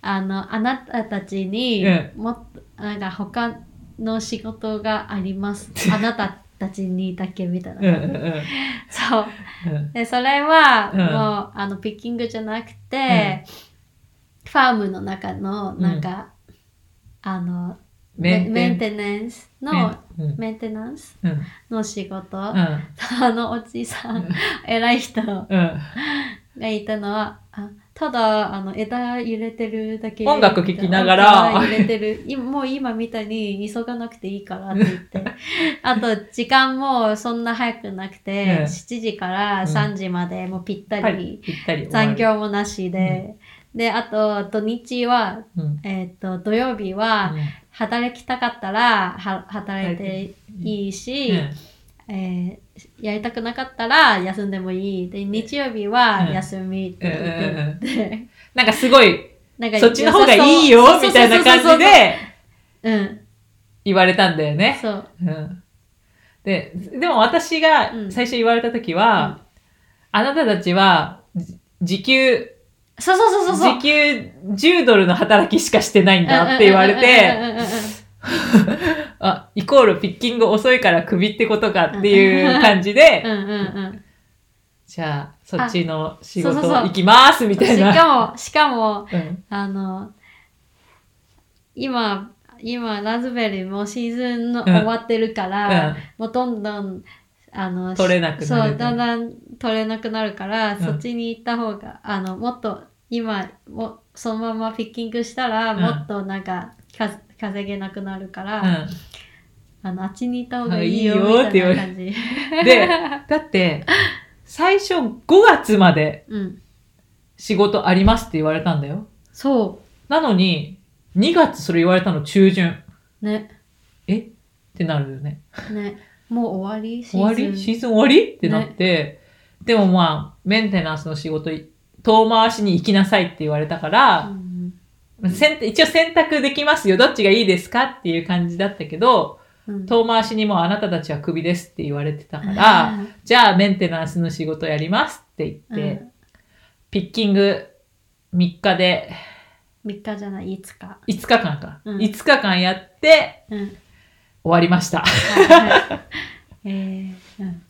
[SPEAKER 2] あのあなたたちに
[SPEAKER 1] うん
[SPEAKER 2] もっとなんか他の仕事があり ますあなたたちにだけみたいな、
[SPEAKER 1] うんうんうん
[SPEAKER 2] そう
[SPEAKER 1] うん
[SPEAKER 2] でそれは、
[SPEAKER 1] うん
[SPEAKER 2] もうあのピッキングじゃなくて、ファームの中のなんか、あのメメンテナンスの、
[SPEAKER 1] うん
[SPEAKER 2] メンテナンス
[SPEAKER 1] うん
[SPEAKER 2] の仕事、
[SPEAKER 1] うん
[SPEAKER 2] あのおじさん、
[SPEAKER 1] うん
[SPEAKER 2] 偉い人が
[SPEAKER 1] うん
[SPEAKER 2] いたのはあただあの枝揺れてるだけ
[SPEAKER 1] 音楽聴きながら
[SPEAKER 2] 枝揺れてるい もう今みたいに急がなくていいからって言って あと時間もそんな早くなくて、
[SPEAKER 1] うん
[SPEAKER 2] 7時から3時までもうぴった
[SPEAKER 1] は
[SPEAKER 2] り、
[SPEAKER 1] いぴったり終わる
[SPEAKER 2] 残業もなしで、で、あと、土日は、
[SPEAKER 1] うん
[SPEAKER 2] えっ、と、土曜日は、働きたかったら、は働いていいし、えーやりたくなかったら、休んでもいい。で、日曜日は、
[SPEAKER 1] うん
[SPEAKER 2] 休みっ
[SPEAKER 1] う
[SPEAKER 2] て
[SPEAKER 1] んうんう
[SPEAKER 2] 言
[SPEAKER 1] ん
[SPEAKER 2] ってて、
[SPEAKER 1] なんかすごい、
[SPEAKER 2] なんか
[SPEAKER 1] そっちの方がいいよ
[SPEAKER 2] 良さ、そう
[SPEAKER 1] みたいな感じ。で
[SPEAKER 2] うん、
[SPEAKER 1] 言われたんだよね。
[SPEAKER 2] そう。
[SPEAKER 1] うんで、でも私が
[SPEAKER 2] うん
[SPEAKER 1] 最初言われた時は、あなたたちは、じ時給、
[SPEAKER 2] そうそうそうそうそう。
[SPEAKER 1] 時給10ドルの働きしかしてないんだって言われ
[SPEAKER 2] うん
[SPEAKER 1] て、
[SPEAKER 2] うんうんうんうん
[SPEAKER 1] あ、イコールピッキング遅いからクビってことかっていう感じで、
[SPEAKER 2] うんうんうんうん。
[SPEAKER 1] じゃあ、そっちの仕
[SPEAKER 2] あそう
[SPEAKER 1] 事
[SPEAKER 2] そうそう
[SPEAKER 1] 行きますみたい
[SPEAKER 2] し
[SPEAKER 1] な。
[SPEAKER 2] かも、しかも、
[SPEAKER 1] うん
[SPEAKER 2] あの、今、今、ラズベリーもシーズンの
[SPEAKER 1] ん
[SPEAKER 2] 終わってるから、
[SPEAKER 1] うん
[SPEAKER 2] もうどんどん、あの、
[SPEAKER 1] 取れなくなる
[SPEAKER 2] そう、だんだん取れなくなるから、
[SPEAKER 1] ん
[SPEAKER 2] そっちに行った方が、あの、もっと、今、もそのままピッキングしたら、
[SPEAKER 1] うん
[SPEAKER 2] もっとなんか、か稼げなくなるから、
[SPEAKER 1] うん
[SPEAKER 2] あの、あっちに行った方がいい
[SPEAKER 1] あいい
[SPEAKER 2] よ、
[SPEAKER 1] よ
[SPEAKER 2] み
[SPEAKER 1] ったて
[SPEAKER 2] い
[SPEAKER 1] 言
[SPEAKER 2] な
[SPEAKER 1] われ
[SPEAKER 2] 感じ。
[SPEAKER 1] で、だって、最初5月まで
[SPEAKER 2] うん。
[SPEAKER 1] 仕事ありますって言われたんだよ。
[SPEAKER 2] そ
[SPEAKER 1] なのに、2月それ言われたの中旬。
[SPEAKER 2] う。ね、
[SPEAKER 1] えってなるよね。
[SPEAKER 2] ね。もう終わりシ
[SPEAKER 1] 終
[SPEAKER 2] ー
[SPEAKER 1] わ
[SPEAKER 2] ズン。
[SPEAKER 1] りシーズン終わりってなって、でもまあ、メンテナンスの仕事い、遠回しに行きなさいって言われたから、
[SPEAKER 2] うん
[SPEAKER 1] 選一応選択できますよ。どっちがいいですかっていう感じだったけど、
[SPEAKER 2] うんうん
[SPEAKER 1] 遠回しにもうあなたたちはクビですって言われてたから、じゃあメンテナンスの仕事やりますって言って、
[SPEAKER 2] うん
[SPEAKER 1] ピッキング3日で、
[SPEAKER 2] 3日じゃない、5日。
[SPEAKER 1] 5日間か。
[SPEAKER 2] うん
[SPEAKER 1] 5日間やって
[SPEAKER 2] うん。
[SPEAKER 1] 終わりました。
[SPEAKER 2] はいはいえーうん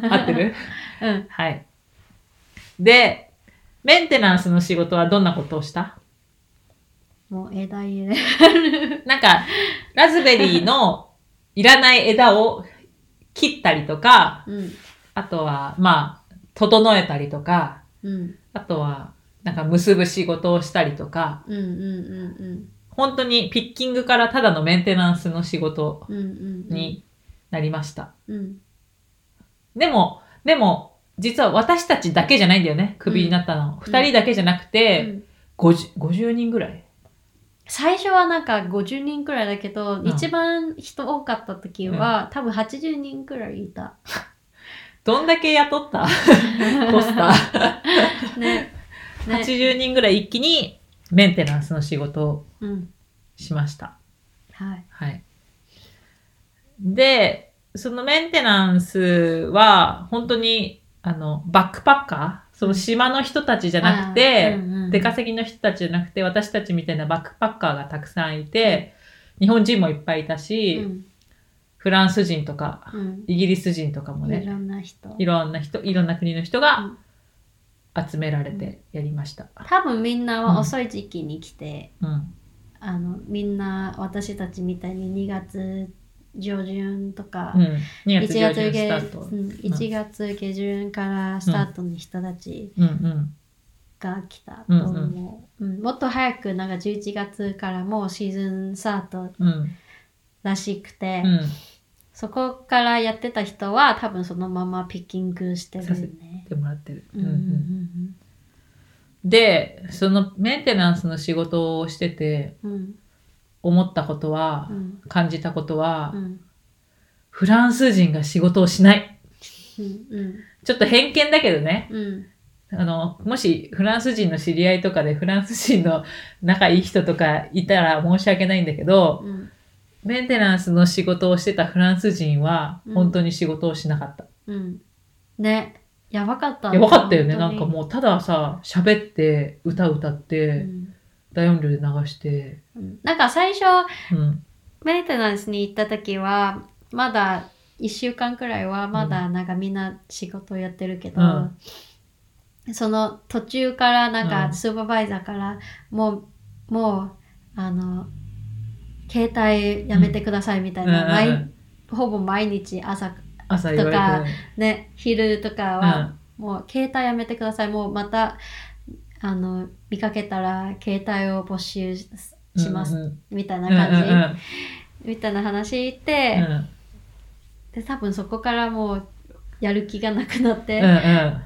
[SPEAKER 1] うん、合って る
[SPEAKER 2] うん
[SPEAKER 1] はい。で、メンテナンスの仕事はどんなことをした
[SPEAKER 2] もう枝入れ。
[SPEAKER 1] なんか、ラズベリーのいらない枝を切ったりとか、
[SPEAKER 2] うん。
[SPEAKER 1] あとは、まあ、整えたりとか、
[SPEAKER 2] うん。
[SPEAKER 1] あとは、なんか結ぶ仕事をしたりとか、
[SPEAKER 2] うんうんうん
[SPEAKER 1] 本当にピッキングからただのメンテナンスの仕事
[SPEAKER 2] うん。うんうんうん。
[SPEAKER 1] になりました。
[SPEAKER 2] うん。
[SPEAKER 1] でも、でも、実は私たちだけじゃないんだよね。クビになったの。二、人だけじゃなく
[SPEAKER 2] う
[SPEAKER 1] て、
[SPEAKER 2] ん
[SPEAKER 1] 50, 50人ぐらい。
[SPEAKER 2] 最初はなんか50人くらいだけど、
[SPEAKER 1] ん
[SPEAKER 2] 一番人多かった時は、多分80人くらいいた。
[SPEAKER 1] どんだけ雇 ったコスター。
[SPEAKER 2] ね。ね。
[SPEAKER 1] 80人ぐらい一気にメンテナンスの仕事を
[SPEAKER 2] うん。
[SPEAKER 1] しました。
[SPEAKER 2] はい。
[SPEAKER 1] はい。で、そのメンテナンスは、本当に、あの、バックパッカーその島の人たちじ
[SPEAKER 2] じ
[SPEAKER 1] ゃなくて、出
[SPEAKER 2] い。
[SPEAKER 1] 稼ぎの人たちじゃなくて、私たちみたいなバックパッカーがたくさんいて、日本人もいっぱいいたし、
[SPEAKER 2] うん。
[SPEAKER 1] フランス人とか、
[SPEAKER 2] うん。
[SPEAKER 1] イギリス人とかも
[SPEAKER 2] い
[SPEAKER 1] ね、
[SPEAKER 2] ろんな人。
[SPEAKER 1] いろんな人、いろんな国の人
[SPEAKER 2] う
[SPEAKER 1] が集められてやりました。
[SPEAKER 2] 多分みんなは遅い時期に来て、
[SPEAKER 1] うん。
[SPEAKER 2] あの、みんな私たちみたいに2月上旬とか、
[SPEAKER 1] うん。2
[SPEAKER 2] 1
[SPEAKER 1] 月上旬
[SPEAKER 2] 月
[SPEAKER 1] スタ
[SPEAKER 2] 下
[SPEAKER 1] ート。
[SPEAKER 2] うん1月下旬からスタートの人たち
[SPEAKER 1] うんうん。
[SPEAKER 2] が来たと思う、うんもっと早くなんか11月からもうシーズンスタート
[SPEAKER 1] うん。
[SPEAKER 2] らしくて、
[SPEAKER 1] うん。
[SPEAKER 2] そこからやってた人は多分そのままピッキングしてる
[SPEAKER 1] させ
[SPEAKER 2] よね
[SPEAKER 1] てもらってる。
[SPEAKER 2] うんうん
[SPEAKER 1] で、そのメンテナンスの仕事をしてて
[SPEAKER 2] うんうん
[SPEAKER 1] 思ったことは、
[SPEAKER 2] うん
[SPEAKER 1] 感じたことは、
[SPEAKER 2] うん
[SPEAKER 1] フランス人が仕事をしない。
[SPEAKER 2] うん
[SPEAKER 1] ちょっと偏見だけどね。
[SPEAKER 2] うん
[SPEAKER 1] あの、もしフランス人の知り合いとかでフランス人の仲いい人とかいたら申し訳ないんだけど、
[SPEAKER 2] うん
[SPEAKER 1] メンテナンスの仕事をしてたフランス人は
[SPEAKER 2] うん
[SPEAKER 1] 本当に仕事をしなかった。
[SPEAKER 2] うんねやばかった
[SPEAKER 1] いや、分かったよね。な
[SPEAKER 2] 本当
[SPEAKER 1] ん
[SPEAKER 2] に
[SPEAKER 1] かもうたださ、喋って、歌歌っ
[SPEAKER 2] う
[SPEAKER 1] て、
[SPEAKER 2] ん
[SPEAKER 1] 大音量で流して、
[SPEAKER 2] うんなんか最初
[SPEAKER 1] うん。
[SPEAKER 2] メンテナンスに行った時はまだ1週間くらいはまだなんかみんな仕事をやってるけど、
[SPEAKER 1] うん
[SPEAKER 2] その途中からなん
[SPEAKER 1] うん
[SPEAKER 2] かスーパーバイザーからもうもうあの携帯やめてくださいみたいな、
[SPEAKER 1] うん
[SPEAKER 2] 毎
[SPEAKER 1] うん
[SPEAKER 2] ほぼ毎日朝
[SPEAKER 1] 朝言われて。
[SPEAKER 2] ね昼とか
[SPEAKER 1] う
[SPEAKER 2] は
[SPEAKER 1] ん
[SPEAKER 2] もう携帯やめてくださいもうまたあの見かけたら携帯を没収しします、
[SPEAKER 1] うんうん
[SPEAKER 2] みたいな感じ、
[SPEAKER 1] うんうん
[SPEAKER 2] みたいな話って、
[SPEAKER 1] うんうん
[SPEAKER 2] で多分そこからもうやる気がなくなって、
[SPEAKER 1] うん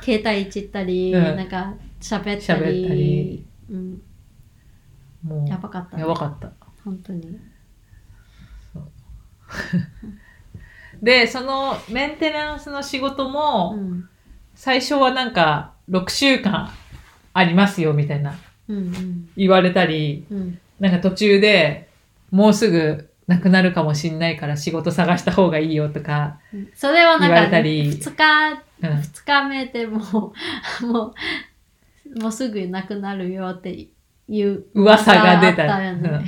[SPEAKER 2] 携帯いじったり、
[SPEAKER 1] うん
[SPEAKER 2] なんか喋った
[SPEAKER 1] 喋
[SPEAKER 2] り
[SPEAKER 1] ったり
[SPEAKER 2] うん、
[SPEAKER 1] うんもう
[SPEAKER 2] やばかった、
[SPEAKER 1] やばかった
[SPEAKER 2] 本当に
[SPEAKER 1] でそのメンテナンスの仕事
[SPEAKER 2] う
[SPEAKER 1] も
[SPEAKER 2] ん
[SPEAKER 1] 最初はなんか6週間ありますよみたいな
[SPEAKER 2] うん
[SPEAKER 1] 言われたり
[SPEAKER 2] うんうん
[SPEAKER 1] なんか途中でもうすぐなくなるかもしんないから仕事探した方がいいよとか、
[SPEAKER 2] うんそれはなん
[SPEAKER 1] 言われ
[SPEAKER 2] か
[SPEAKER 1] た
[SPEAKER 2] 2
[SPEAKER 1] り
[SPEAKER 2] 日
[SPEAKER 1] うん、
[SPEAKER 2] 二日目でもう もうもうすぐなくなるよっていう
[SPEAKER 1] 噂が出た
[SPEAKER 2] 噂あったよね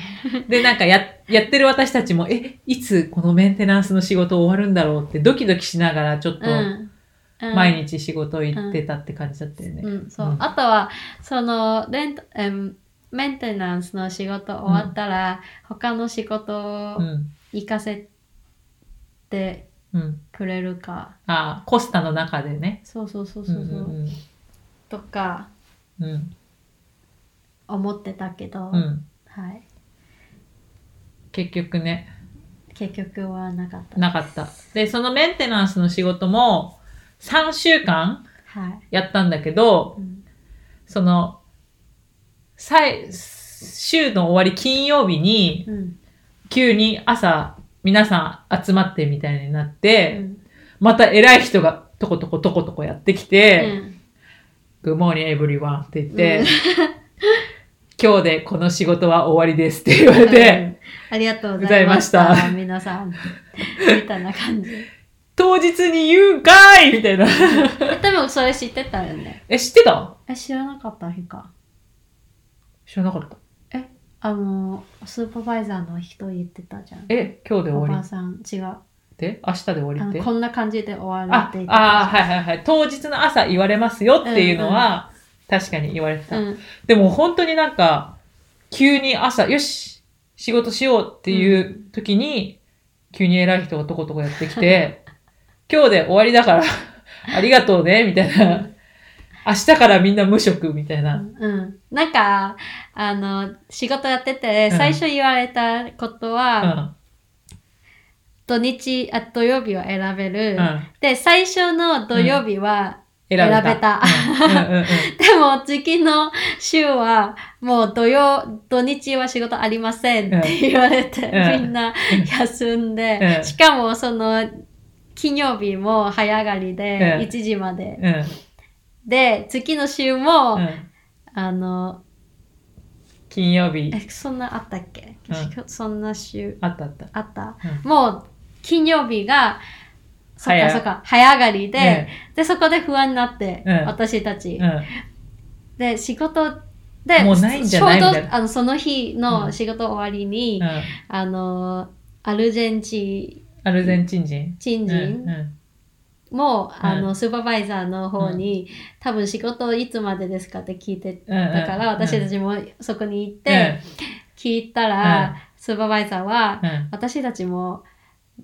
[SPEAKER 1] でなんかややってる私たちもえいつこのメンテナンスの仕事終わるんだろうってドキドキしながらちょっと
[SPEAKER 2] うんうん
[SPEAKER 1] 毎日仕事行ってたって感じだったよね。
[SPEAKER 2] うん、そう。
[SPEAKER 1] うん
[SPEAKER 2] あとは、その、レント、うんメンテナンスの仕事終わったら、他の仕事
[SPEAKER 1] う
[SPEAKER 2] を
[SPEAKER 1] ん
[SPEAKER 2] 行かせて
[SPEAKER 1] うん、
[SPEAKER 2] くれるか。
[SPEAKER 1] あコスタの中でね。
[SPEAKER 2] そうそうそうそう。う
[SPEAKER 1] うん
[SPEAKER 2] とか、
[SPEAKER 1] うんうん
[SPEAKER 2] 思ってたけど、
[SPEAKER 1] うん、
[SPEAKER 2] はい。
[SPEAKER 1] 結局ね
[SPEAKER 2] 結局はなかった。
[SPEAKER 1] なかった。でそのメンテナンスの仕事も3週間
[SPEAKER 2] はい。
[SPEAKER 1] やったんだけど
[SPEAKER 2] うん
[SPEAKER 1] その最週の終わり金曜日に
[SPEAKER 2] うん。
[SPEAKER 1] 急に朝皆さん集まってみたいになっ
[SPEAKER 2] う
[SPEAKER 1] て、
[SPEAKER 2] ん
[SPEAKER 1] また偉い人がとことことことこやってきて、
[SPEAKER 2] うん
[SPEAKER 1] グ o モ d m o r n i n everyone って言って、 今日でこの仕事は終わりですって言われて、
[SPEAKER 2] うんありがとうございました。
[SPEAKER 1] ございました
[SPEAKER 2] 皆さん。みたいな 感じ。
[SPEAKER 1] 当日に言うんかいみたいな。
[SPEAKER 2] えでもそれ知ってたよね。
[SPEAKER 1] え、知ってた
[SPEAKER 2] え、知らなかった日か。
[SPEAKER 1] 知らなかった。
[SPEAKER 2] あの、スーパーバイザーの人言ってたじゃん。
[SPEAKER 1] え、今日で
[SPEAKER 2] お
[SPEAKER 1] 終
[SPEAKER 2] ば
[SPEAKER 1] わ
[SPEAKER 2] あさん、違う。あ
[SPEAKER 1] りって明日で終わりっ
[SPEAKER 2] の
[SPEAKER 1] て
[SPEAKER 2] こんな感じで終わる
[SPEAKER 1] あ
[SPEAKER 2] って言ってたじゃん
[SPEAKER 1] あー、はいはいはい。当日の朝言われますよっていうのは、確かに言われてた。
[SPEAKER 2] うん、
[SPEAKER 1] でも本当になんか、急に朝、よし仕事しようっていう時に、急に偉い人がとことこやってき て、今日で終わりだから、 ありがとうね、みたいな。明日からみんな無職、みたいな。
[SPEAKER 2] うん。なんか、あの、仕事やってて、
[SPEAKER 1] うん
[SPEAKER 2] 最初言われたこと
[SPEAKER 1] う
[SPEAKER 2] は、
[SPEAKER 1] ん。
[SPEAKER 2] 土日あ、土曜日を選べる。
[SPEAKER 1] うん。
[SPEAKER 2] で、最初の土曜日は、
[SPEAKER 1] 選べ
[SPEAKER 2] 選べた
[SPEAKER 1] うんうんうんうん
[SPEAKER 2] でも次の週は、もう土曜、土日は仕事ありませんって言われて、
[SPEAKER 1] うん
[SPEAKER 2] みんな休んで、
[SPEAKER 1] うん
[SPEAKER 2] しかもその、昨金曜日も早上がりで
[SPEAKER 1] うん
[SPEAKER 2] 1時まで、
[SPEAKER 1] うん。
[SPEAKER 2] で次の週も、
[SPEAKER 1] うん
[SPEAKER 2] あの
[SPEAKER 1] 金曜日
[SPEAKER 2] え。そんなあったっけ、
[SPEAKER 1] う
[SPEAKER 2] そんな週
[SPEAKER 1] あったあった。
[SPEAKER 2] あった、
[SPEAKER 1] う
[SPEAKER 2] もう金曜日がそっ
[SPEAKER 1] 早
[SPEAKER 2] かそっか早上がりで、
[SPEAKER 1] ね
[SPEAKER 2] でそこで不安になって、
[SPEAKER 1] うん
[SPEAKER 2] 私たち、
[SPEAKER 1] うん。
[SPEAKER 2] で仕事で
[SPEAKER 1] もうないんじゃない
[SPEAKER 2] ちょう
[SPEAKER 1] みたい
[SPEAKER 2] どあのその日
[SPEAKER 1] うん
[SPEAKER 2] の仕事終わりに、
[SPEAKER 1] うん。
[SPEAKER 2] あのアルゼンチ
[SPEAKER 1] アルゼンチン人。う
[SPEAKER 2] ン
[SPEAKER 1] ん
[SPEAKER 2] 人
[SPEAKER 1] う
[SPEAKER 2] も、
[SPEAKER 1] うん
[SPEAKER 2] あのスーパーバイザーの方に、多分仕事いつまでですかって聞いて
[SPEAKER 1] ん。うん。
[SPEAKER 2] だから、私た
[SPEAKER 1] っ
[SPEAKER 2] ちもそこに行って、聞いたら、スーパーバイザーは、
[SPEAKER 1] うん。うん
[SPEAKER 2] 私たちも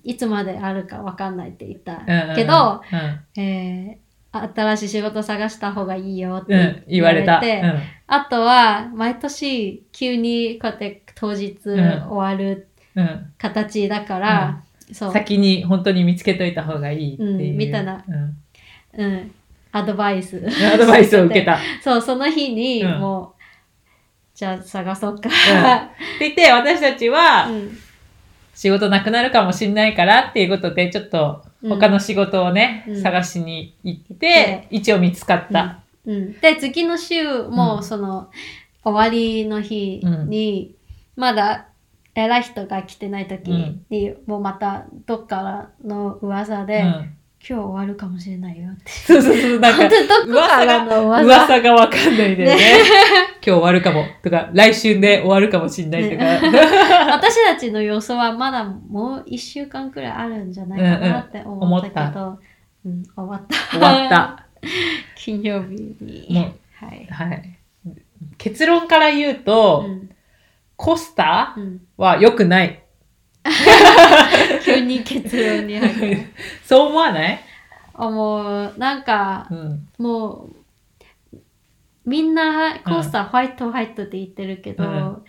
[SPEAKER 2] いつまであるかわかんないって言った
[SPEAKER 1] うん。
[SPEAKER 2] けど、
[SPEAKER 1] うん、
[SPEAKER 2] えー新しい仕事探した方がいいよっ
[SPEAKER 1] う
[SPEAKER 2] て
[SPEAKER 1] ん。言われた。う
[SPEAKER 2] て
[SPEAKER 1] ん。
[SPEAKER 2] あとは毎年急にこうやって当日終わる
[SPEAKER 1] うん。
[SPEAKER 2] 形だから、そう、
[SPEAKER 1] 先に本当に見つけといた方がいいっていう。
[SPEAKER 2] うんみたいな
[SPEAKER 1] うん
[SPEAKER 2] うん、アドバイス
[SPEAKER 1] アドバイスを受けた。って
[SPEAKER 2] そうその日に
[SPEAKER 1] うん
[SPEAKER 2] もう、じゃあ探そうか、
[SPEAKER 1] 言って、私たちは、
[SPEAKER 2] うん
[SPEAKER 1] 仕事なくなるかもしれないからっていうことで、ちょっと他の仕事をね、
[SPEAKER 2] うん
[SPEAKER 1] 探しに行って、一応見つかった。
[SPEAKER 2] うん、で次の週
[SPEAKER 1] う
[SPEAKER 2] も
[SPEAKER 1] ん
[SPEAKER 2] その、終わりの日に、まだ偉い人が来てない時に、もうまたどっからの噂で、
[SPEAKER 1] う
[SPEAKER 2] 今
[SPEAKER 1] ん
[SPEAKER 2] 日終わるかもしれないよって
[SPEAKER 1] そうそうそう、なん
[SPEAKER 2] 本
[SPEAKER 1] か、
[SPEAKER 2] 当にどっからの噂
[SPEAKER 1] 噂がわかんないんだよね。 今日終わるかもとか、来週で終わるかもしれないと か。
[SPEAKER 2] 私たちの予想はまだもう1週間くらいあるんじゃないかなって思ったけど、うん終わった
[SPEAKER 1] 終わった。
[SPEAKER 2] 金曜日に
[SPEAKER 1] も
[SPEAKER 2] はい、
[SPEAKER 1] はい。結論から言うと、
[SPEAKER 2] うん
[SPEAKER 1] コスタ
[SPEAKER 2] うん、
[SPEAKER 1] は良くない。
[SPEAKER 2] 急に結論に入る
[SPEAKER 1] そう思わない
[SPEAKER 2] あもうなんか
[SPEAKER 1] うん。
[SPEAKER 2] もうみんなコースターホワイトホワイトって言ってるけど、
[SPEAKER 1] うん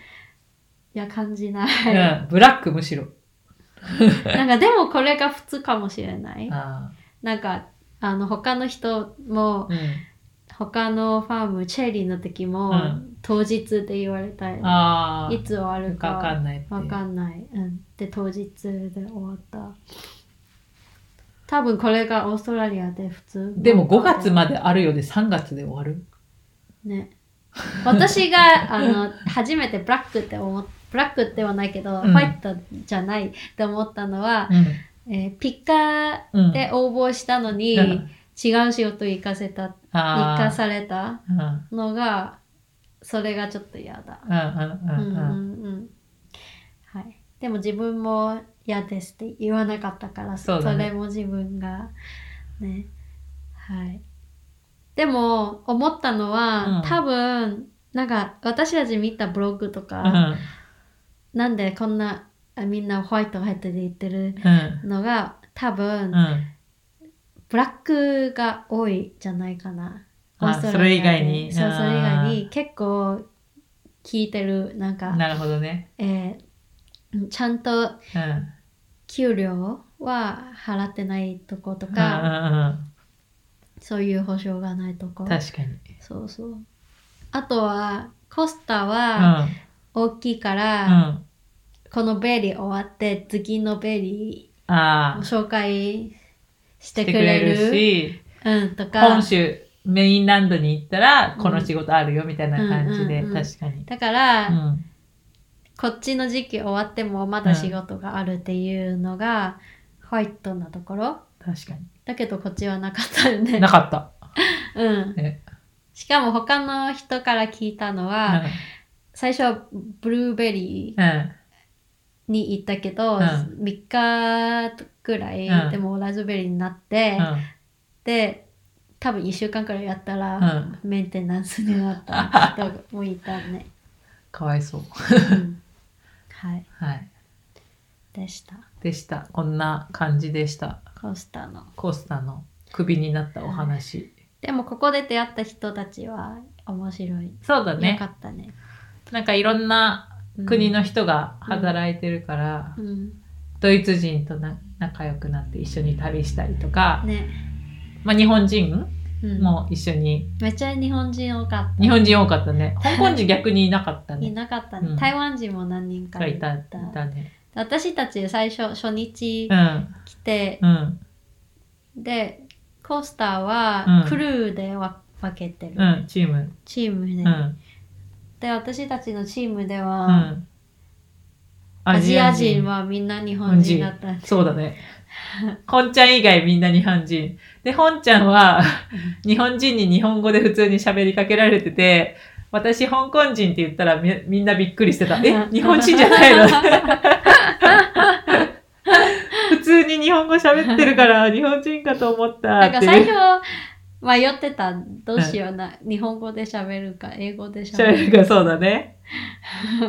[SPEAKER 2] いや感じない、
[SPEAKER 1] うんブラックむしろ。
[SPEAKER 2] なんかでもこれが普通かもしれない
[SPEAKER 1] あ
[SPEAKER 2] なんかあの他の人も、
[SPEAKER 1] ーうん
[SPEAKER 2] 他のファームチェリーの時も、
[SPEAKER 1] うん
[SPEAKER 2] 当日って言われたり
[SPEAKER 1] あー。
[SPEAKER 2] いつ終わるか
[SPEAKER 1] わかんないっていう
[SPEAKER 2] わかんない、うん、で当日で終わった多分これがオーストラリアで普通
[SPEAKER 1] でも5月まであるようで3月で終わる
[SPEAKER 2] ね私があの初めてブラックって思っブラックではないけど、
[SPEAKER 1] うん
[SPEAKER 2] ファイトじゃないって思ったのは、えーピッカ
[SPEAKER 1] うん
[SPEAKER 2] ーで応募したのに、
[SPEAKER 1] うん
[SPEAKER 2] 違う仕事行かせた
[SPEAKER 1] あ
[SPEAKER 2] 行
[SPEAKER 1] ー
[SPEAKER 2] かされた
[SPEAKER 1] うんうん
[SPEAKER 2] のがそれがちょっと嫌だ
[SPEAKER 1] うん
[SPEAKER 2] うんう
[SPEAKER 1] うんうん
[SPEAKER 2] んうんはい、でも自分も嫌ですって言わなかったから
[SPEAKER 1] そうだね
[SPEAKER 2] れも自分がねはいでも思ったのは、
[SPEAKER 1] うん
[SPEAKER 2] 多分なんか私たち見たブログと
[SPEAKER 1] う
[SPEAKER 2] か、
[SPEAKER 1] ん
[SPEAKER 2] なんでこんなあみんなホワイトホワイトで言ってる
[SPEAKER 1] うん
[SPEAKER 2] のが多分、
[SPEAKER 1] うん
[SPEAKER 2] ブラックが多いじゃないかな
[SPEAKER 1] あ
[SPEAKER 2] オーストラリアで
[SPEAKER 1] それ以外に
[SPEAKER 2] そう
[SPEAKER 1] あー
[SPEAKER 2] それ以外に結構聞いてるなんか
[SPEAKER 1] なるほどね
[SPEAKER 2] えーちゃん
[SPEAKER 1] う
[SPEAKER 2] と
[SPEAKER 1] ん
[SPEAKER 2] 給料は払ってないとこと
[SPEAKER 1] うん
[SPEAKER 2] か、
[SPEAKER 1] うん
[SPEAKER 2] そういう保証がないとこ
[SPEAKER 1] うん確かにうん
[SPEAKER 2] そうそうあとはコスタは
[SPEAKER 1] う
[SPEAKER 2] 大きいか
[SPEAKER 1] ん
[SPEAKER 2] ら、このベリー終わって次のベリー
[SPEAKER 1] あ
[SPEAKER 2] を
[SPEAKER 1] あ
[SPEAKER 2] 紹介して
[SPEAKER 1] して
[SPEAKER 2] く
[SPEAKER 1] くれ
[SPEAKER 2] れる
[SPEAKER 1] るし
[SPEAKER 2] うん、とか
[SPEAKER 1] 本州メインランドに行ったらこの仕事あるよみたいな感じで
[SPEAKER 2] うんうんうん
[SPEAKER 1] 確かに
[SPEAKER 2] だから、
[SPEAKER 1] うん
[SPEAKER 2] こっちの時期終わってもまだ仕事があるっていうのが、ホワイトなところ
[SPEAKER 1] 確か
[SPEAKER 2] だけどこっちはなかったよ
[SPEAKER 1] に
[SPEAKER 2] ね
[SPEAKER 1] なかった
[SPEAKER 2] うん
[SPEAKER 1] ね
[SPEAKER 2] しかも他の人から聞いたの
[SPEAKER 1] う
[SPEAKER 2] は、
[SPEAKER 1] ん
[SPEAKER 2] 最初はブルーベリ
[SPEAKER 1] う
[SPEAKER 2] ー
[SPEAKER 1] ん
[SPEAKER 2] に行ったけど、
[SPEAKER 1] うん
[SPEAKER 2] 3日くらい、
[SPEAKER 1] うん
[SPEAKER 2] でもラズベリーになって、
[SPEAKER 1] うん
[SPEAKER 2] で多分1週間くらいやったら、
[SPEAKER 1] うん
[SPEAKER 2] メンテナンスになった人もいた ね、
[SPEAKER 1] かわいそう
[SPEAKER 2] うんはい
[SPEAKER 1] はい
[SPEAKER 2] でした
[SPEAKER 1] でしたこんな感じでした
[SPEAKER 2] コースターの
[SPEAKER 1] コスタのクビになったお話
[SPEAKER 2] でもここで出会った人たちは面白い、
[SPEAKER 1] そうだ
[SPEAKER 2] よか
[SPEAKER 1] ね
[SPEAKER 2] ったね
[SPEAKER 1] なんかいろんな
[SPEAKER 2] うん
[SPEAKER 1] 国の人が働いてるから、
[SPEAKER 2] うん
[SPEAKER 1] ドイツ人とな仲良くなって一緒に旅したりとか、
[SPEAKER 2] ね、
[SPEAKER 1] まあ、日本人
[SPEAKER 2] うん、
[SPEAKER 1] も一緒に、
[SPEAKER 2] めっちゃ日本人多かった
[SPEAKER 1] 日本人多かったね香港人逆にいなかった
[SPEAKER 2] い
[SPEAKER 1] ね
[SPEAKER 2] なかったね、
[SPEAKER 1] うん
[SPEAKER 2] 台湾人も何人か
[SPEAKER 1] がいたいたね
[SPEAKER 2] 私たち最初初日
[SPEAKER 1] うん
[SPEAKER 2] 来て、
[SPEAKER 1] うん
[SPEAKER 2] で、コースターは
[SPEAKER 1] うん
[SPEAKER 2] クルーでわ分けてる。
[SPEAKER 1] うん、チーム。
[SPEAKER 2] チーム
[SPEAKER 1] う
[SPEAKER 2] ね、
[SPEAKER 1] ん。うん。
[SPEAKER 2] で、私たちのチームでは、
[SPEAKER 1] ア
[SPEAKER 2] ア
[SPEAKER 1] ジ
[SPEAKER 2] ジ
[SPEAKER 1] ア
[SPEAKER 2] ア
[SPEAKER 1] 人
[SPEAKER 2] 人
[SPEAKER 1] は。
[SPEAKER 2] はみんな日本人だったんです。
[SPEAKER 1] そうだね。ホンちゃん以外みんな日本人。で、ホンちゃんは日本人に日本語で普通に喋りかけられてて、私、香港人って言ったらみみんなびっくりして た。え、日本人じゃないの普通に日本語喋ってるから日本人かと思った
[SPEAKER 2] なん
[SPEAKER 1] っ
[SPEAKER 2] か
[SPEAKER 1] て
[SPEAKER 2] 最
[SPEAKER 1] いう。
[SPEAKER 2] 初迷ってた。どうしような。日本語で喋るか、英語で喋る
[SPEAKER 1] 喋るかそうだね。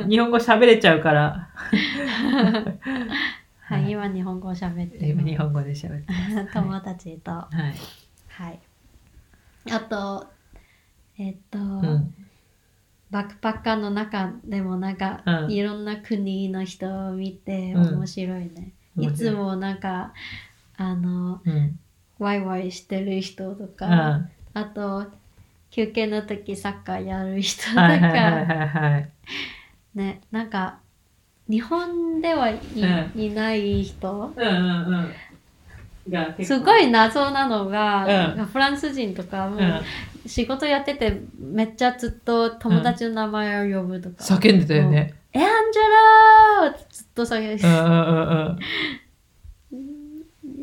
[SPEAKER 1] 日本語喋れちゃうから。
[SPEAKER 2] か。はい、今日本語喋って
[SPEAKER 1] 今日
[SPEAKER 2] る。
[SPEAKER 1] 本語で喋って。
[SPEAKER 2] 友達と。は
[SPEAKER 1] はい。
[SPEAKER 2] い。あと、えっと、
[SPEAKER 1] うん。
[SPEAKER 2] バックパッカーの中でもなんか、
[SPEAKER 1] うん
[SPEAKER 2] いろんな国の人を見て
[SPEAKER 1] うん
[SPEAKER 2] 面白いね。
[SPEAKER 1] 面
[SPEAKER 2] い
[SPEAKER 1] 白い
[SPEAKER 2] つもなんか、あの、
[SPEAKER 1] うん。
[SPEAKER 2] ワイワイしてる人と
[SPEAKER 1] う
[SPEAKER 2] か、
[SPEAKER 1] ん。は
[SPEAKER 2] あと、休憩の時サッカーやる人と
[SPEAKER 1] い
[SPEAKER 2] か、
[SPEAKER 1] はいはいはいはい。
[SPEAKER 2] ね、なんか、日本ではい,、
[SPEAKER 1] うん
[SPEAKER 2] いない人
[SPEAKER 1] うんうんうん。が結
[SPEAKER 2] す
[SPEAKER 1] 構
[SPEAKER 2] ごい謎なのが、
[SPEAKER 1] う
[SPEAKER 2] フランス人とか、もう
[SPEAKER 1] うん
[SPEAKER 2] 仕事やっててめっちゃずっと友達の名前を呼ぶとか、
[SPEAKER 1] 叫んでたよね。
[SPEAKER 2] え、アンジェラーってずっと叫んで
[SPEAKER 1] うんうんうんうん。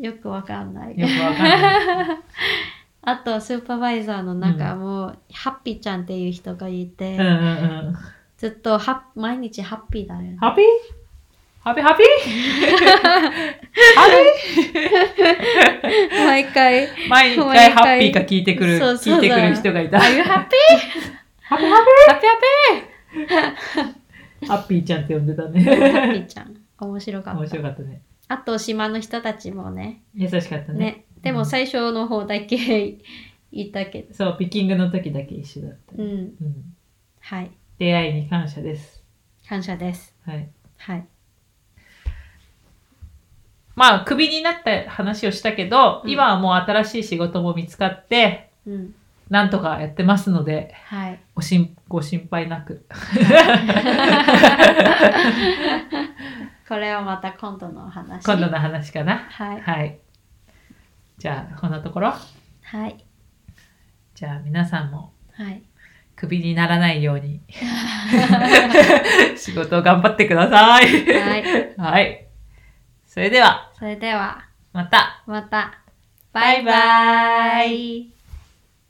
[SPEAKER 2] よくわかんない。
[SPEAKER 1] よくわかんない。
[SPEAKER 2] あと、スーパーバイザーの中も、ハッピーちゃんっていう人がいて、
[SPEAKER 1] うんうんうん。
[SPEAKER 2] ずっとハッ毎日ハッピーだよね。
[SPEAKER 1] ハッピーハッピーハッピ ーハッ
[SPEAKER 2] 毎回、
[SPEAKER 1] ピー 毎
[SPEAKER 2] 毎
[SPEAKER 1] 回
[SPEAKER 2] 回
[SPEAKER 1] ハッピーか聞いてくる、
[SPEAKER 2] そうそ
[SPEAKER 1] 聞
[SPEAKER 2] う
[SPEAKER 1] いてくる人がいた。ハ
[SPEAKER 2] Are
[SPEAKER 1] ッ
[SPEAKER 2] you happy?
[SPEAKER 1] ピーハッピ
[SPEAKER 2] happy happy!
[SPEAKER 1] ーハッピーちゃんって呼んでた
[SPEAKER 2] ハッピ
[SPEAKER 1] ね。
[SPEAKER 2] ーちゃん。面白か
[SPEAKER 1] 面
[SPEAKER 2] った
[SPEAKER 1] 白。かったね。
[SPEAKER 2] あと、島の人たちもね。
[SPEAKER 1] 優しかったね。
[SPEAKER 2] ね。でも最初の方だけいたけど。
[SPEAKER 1] そう、ピッキングの時だけ一緒だった。
[SPEAKER 2] うん。
[SPEAKER 1] うん
[SPEAKER 2] はい。
[SPEAKER 1] 出会いに感謝です。
[SPEAKER 2] 感謝です。
[SPEAKER 1] はい。
[SPEAKER 2] はい。
[SPEAKER 1] まあ、クビになった話をしたけど、
[SPEAKER 2] うん
[SPEAKER 1] 今はもう新しい仕事も見つかって、
[SPEAKER 2] うん。
[SPEAKER 1] なんとかやってますので、
[SPEAKER 2] はい。
[SPEAKER 1] ごしんご心配な く。
[SPEAKER 2] これはまた今度のお話。
[SPEAKER 1] 今度の話かな。
[SPEAKER 2] はい。
[SPEAKER 1] はい。じゃあ、こんなところ。
[SPEAKER 2] はい。
[SPEAKER 1] じゃあ、皆さんも
[SPEAKER 2] はい。
[SPEAKER 1] クビにならないように、仕事を頑張ってください。
[SPEAKER 2] はい。
[SPEAKER 1] はい。それでは、
[SPEAKER 2] それでは、
[SPEAKER 1] また。
[SPEAKER 2] また。
[SPEAKER 1] バ
[SPEAKER 2] バ
[SPEAKER 1] イ
[SPEAKER 2] イ
[SPEAKER 1] バ
[SPEAKER 2] バ
[SPEAKER 1] イ
[SPEAKER 2] イ。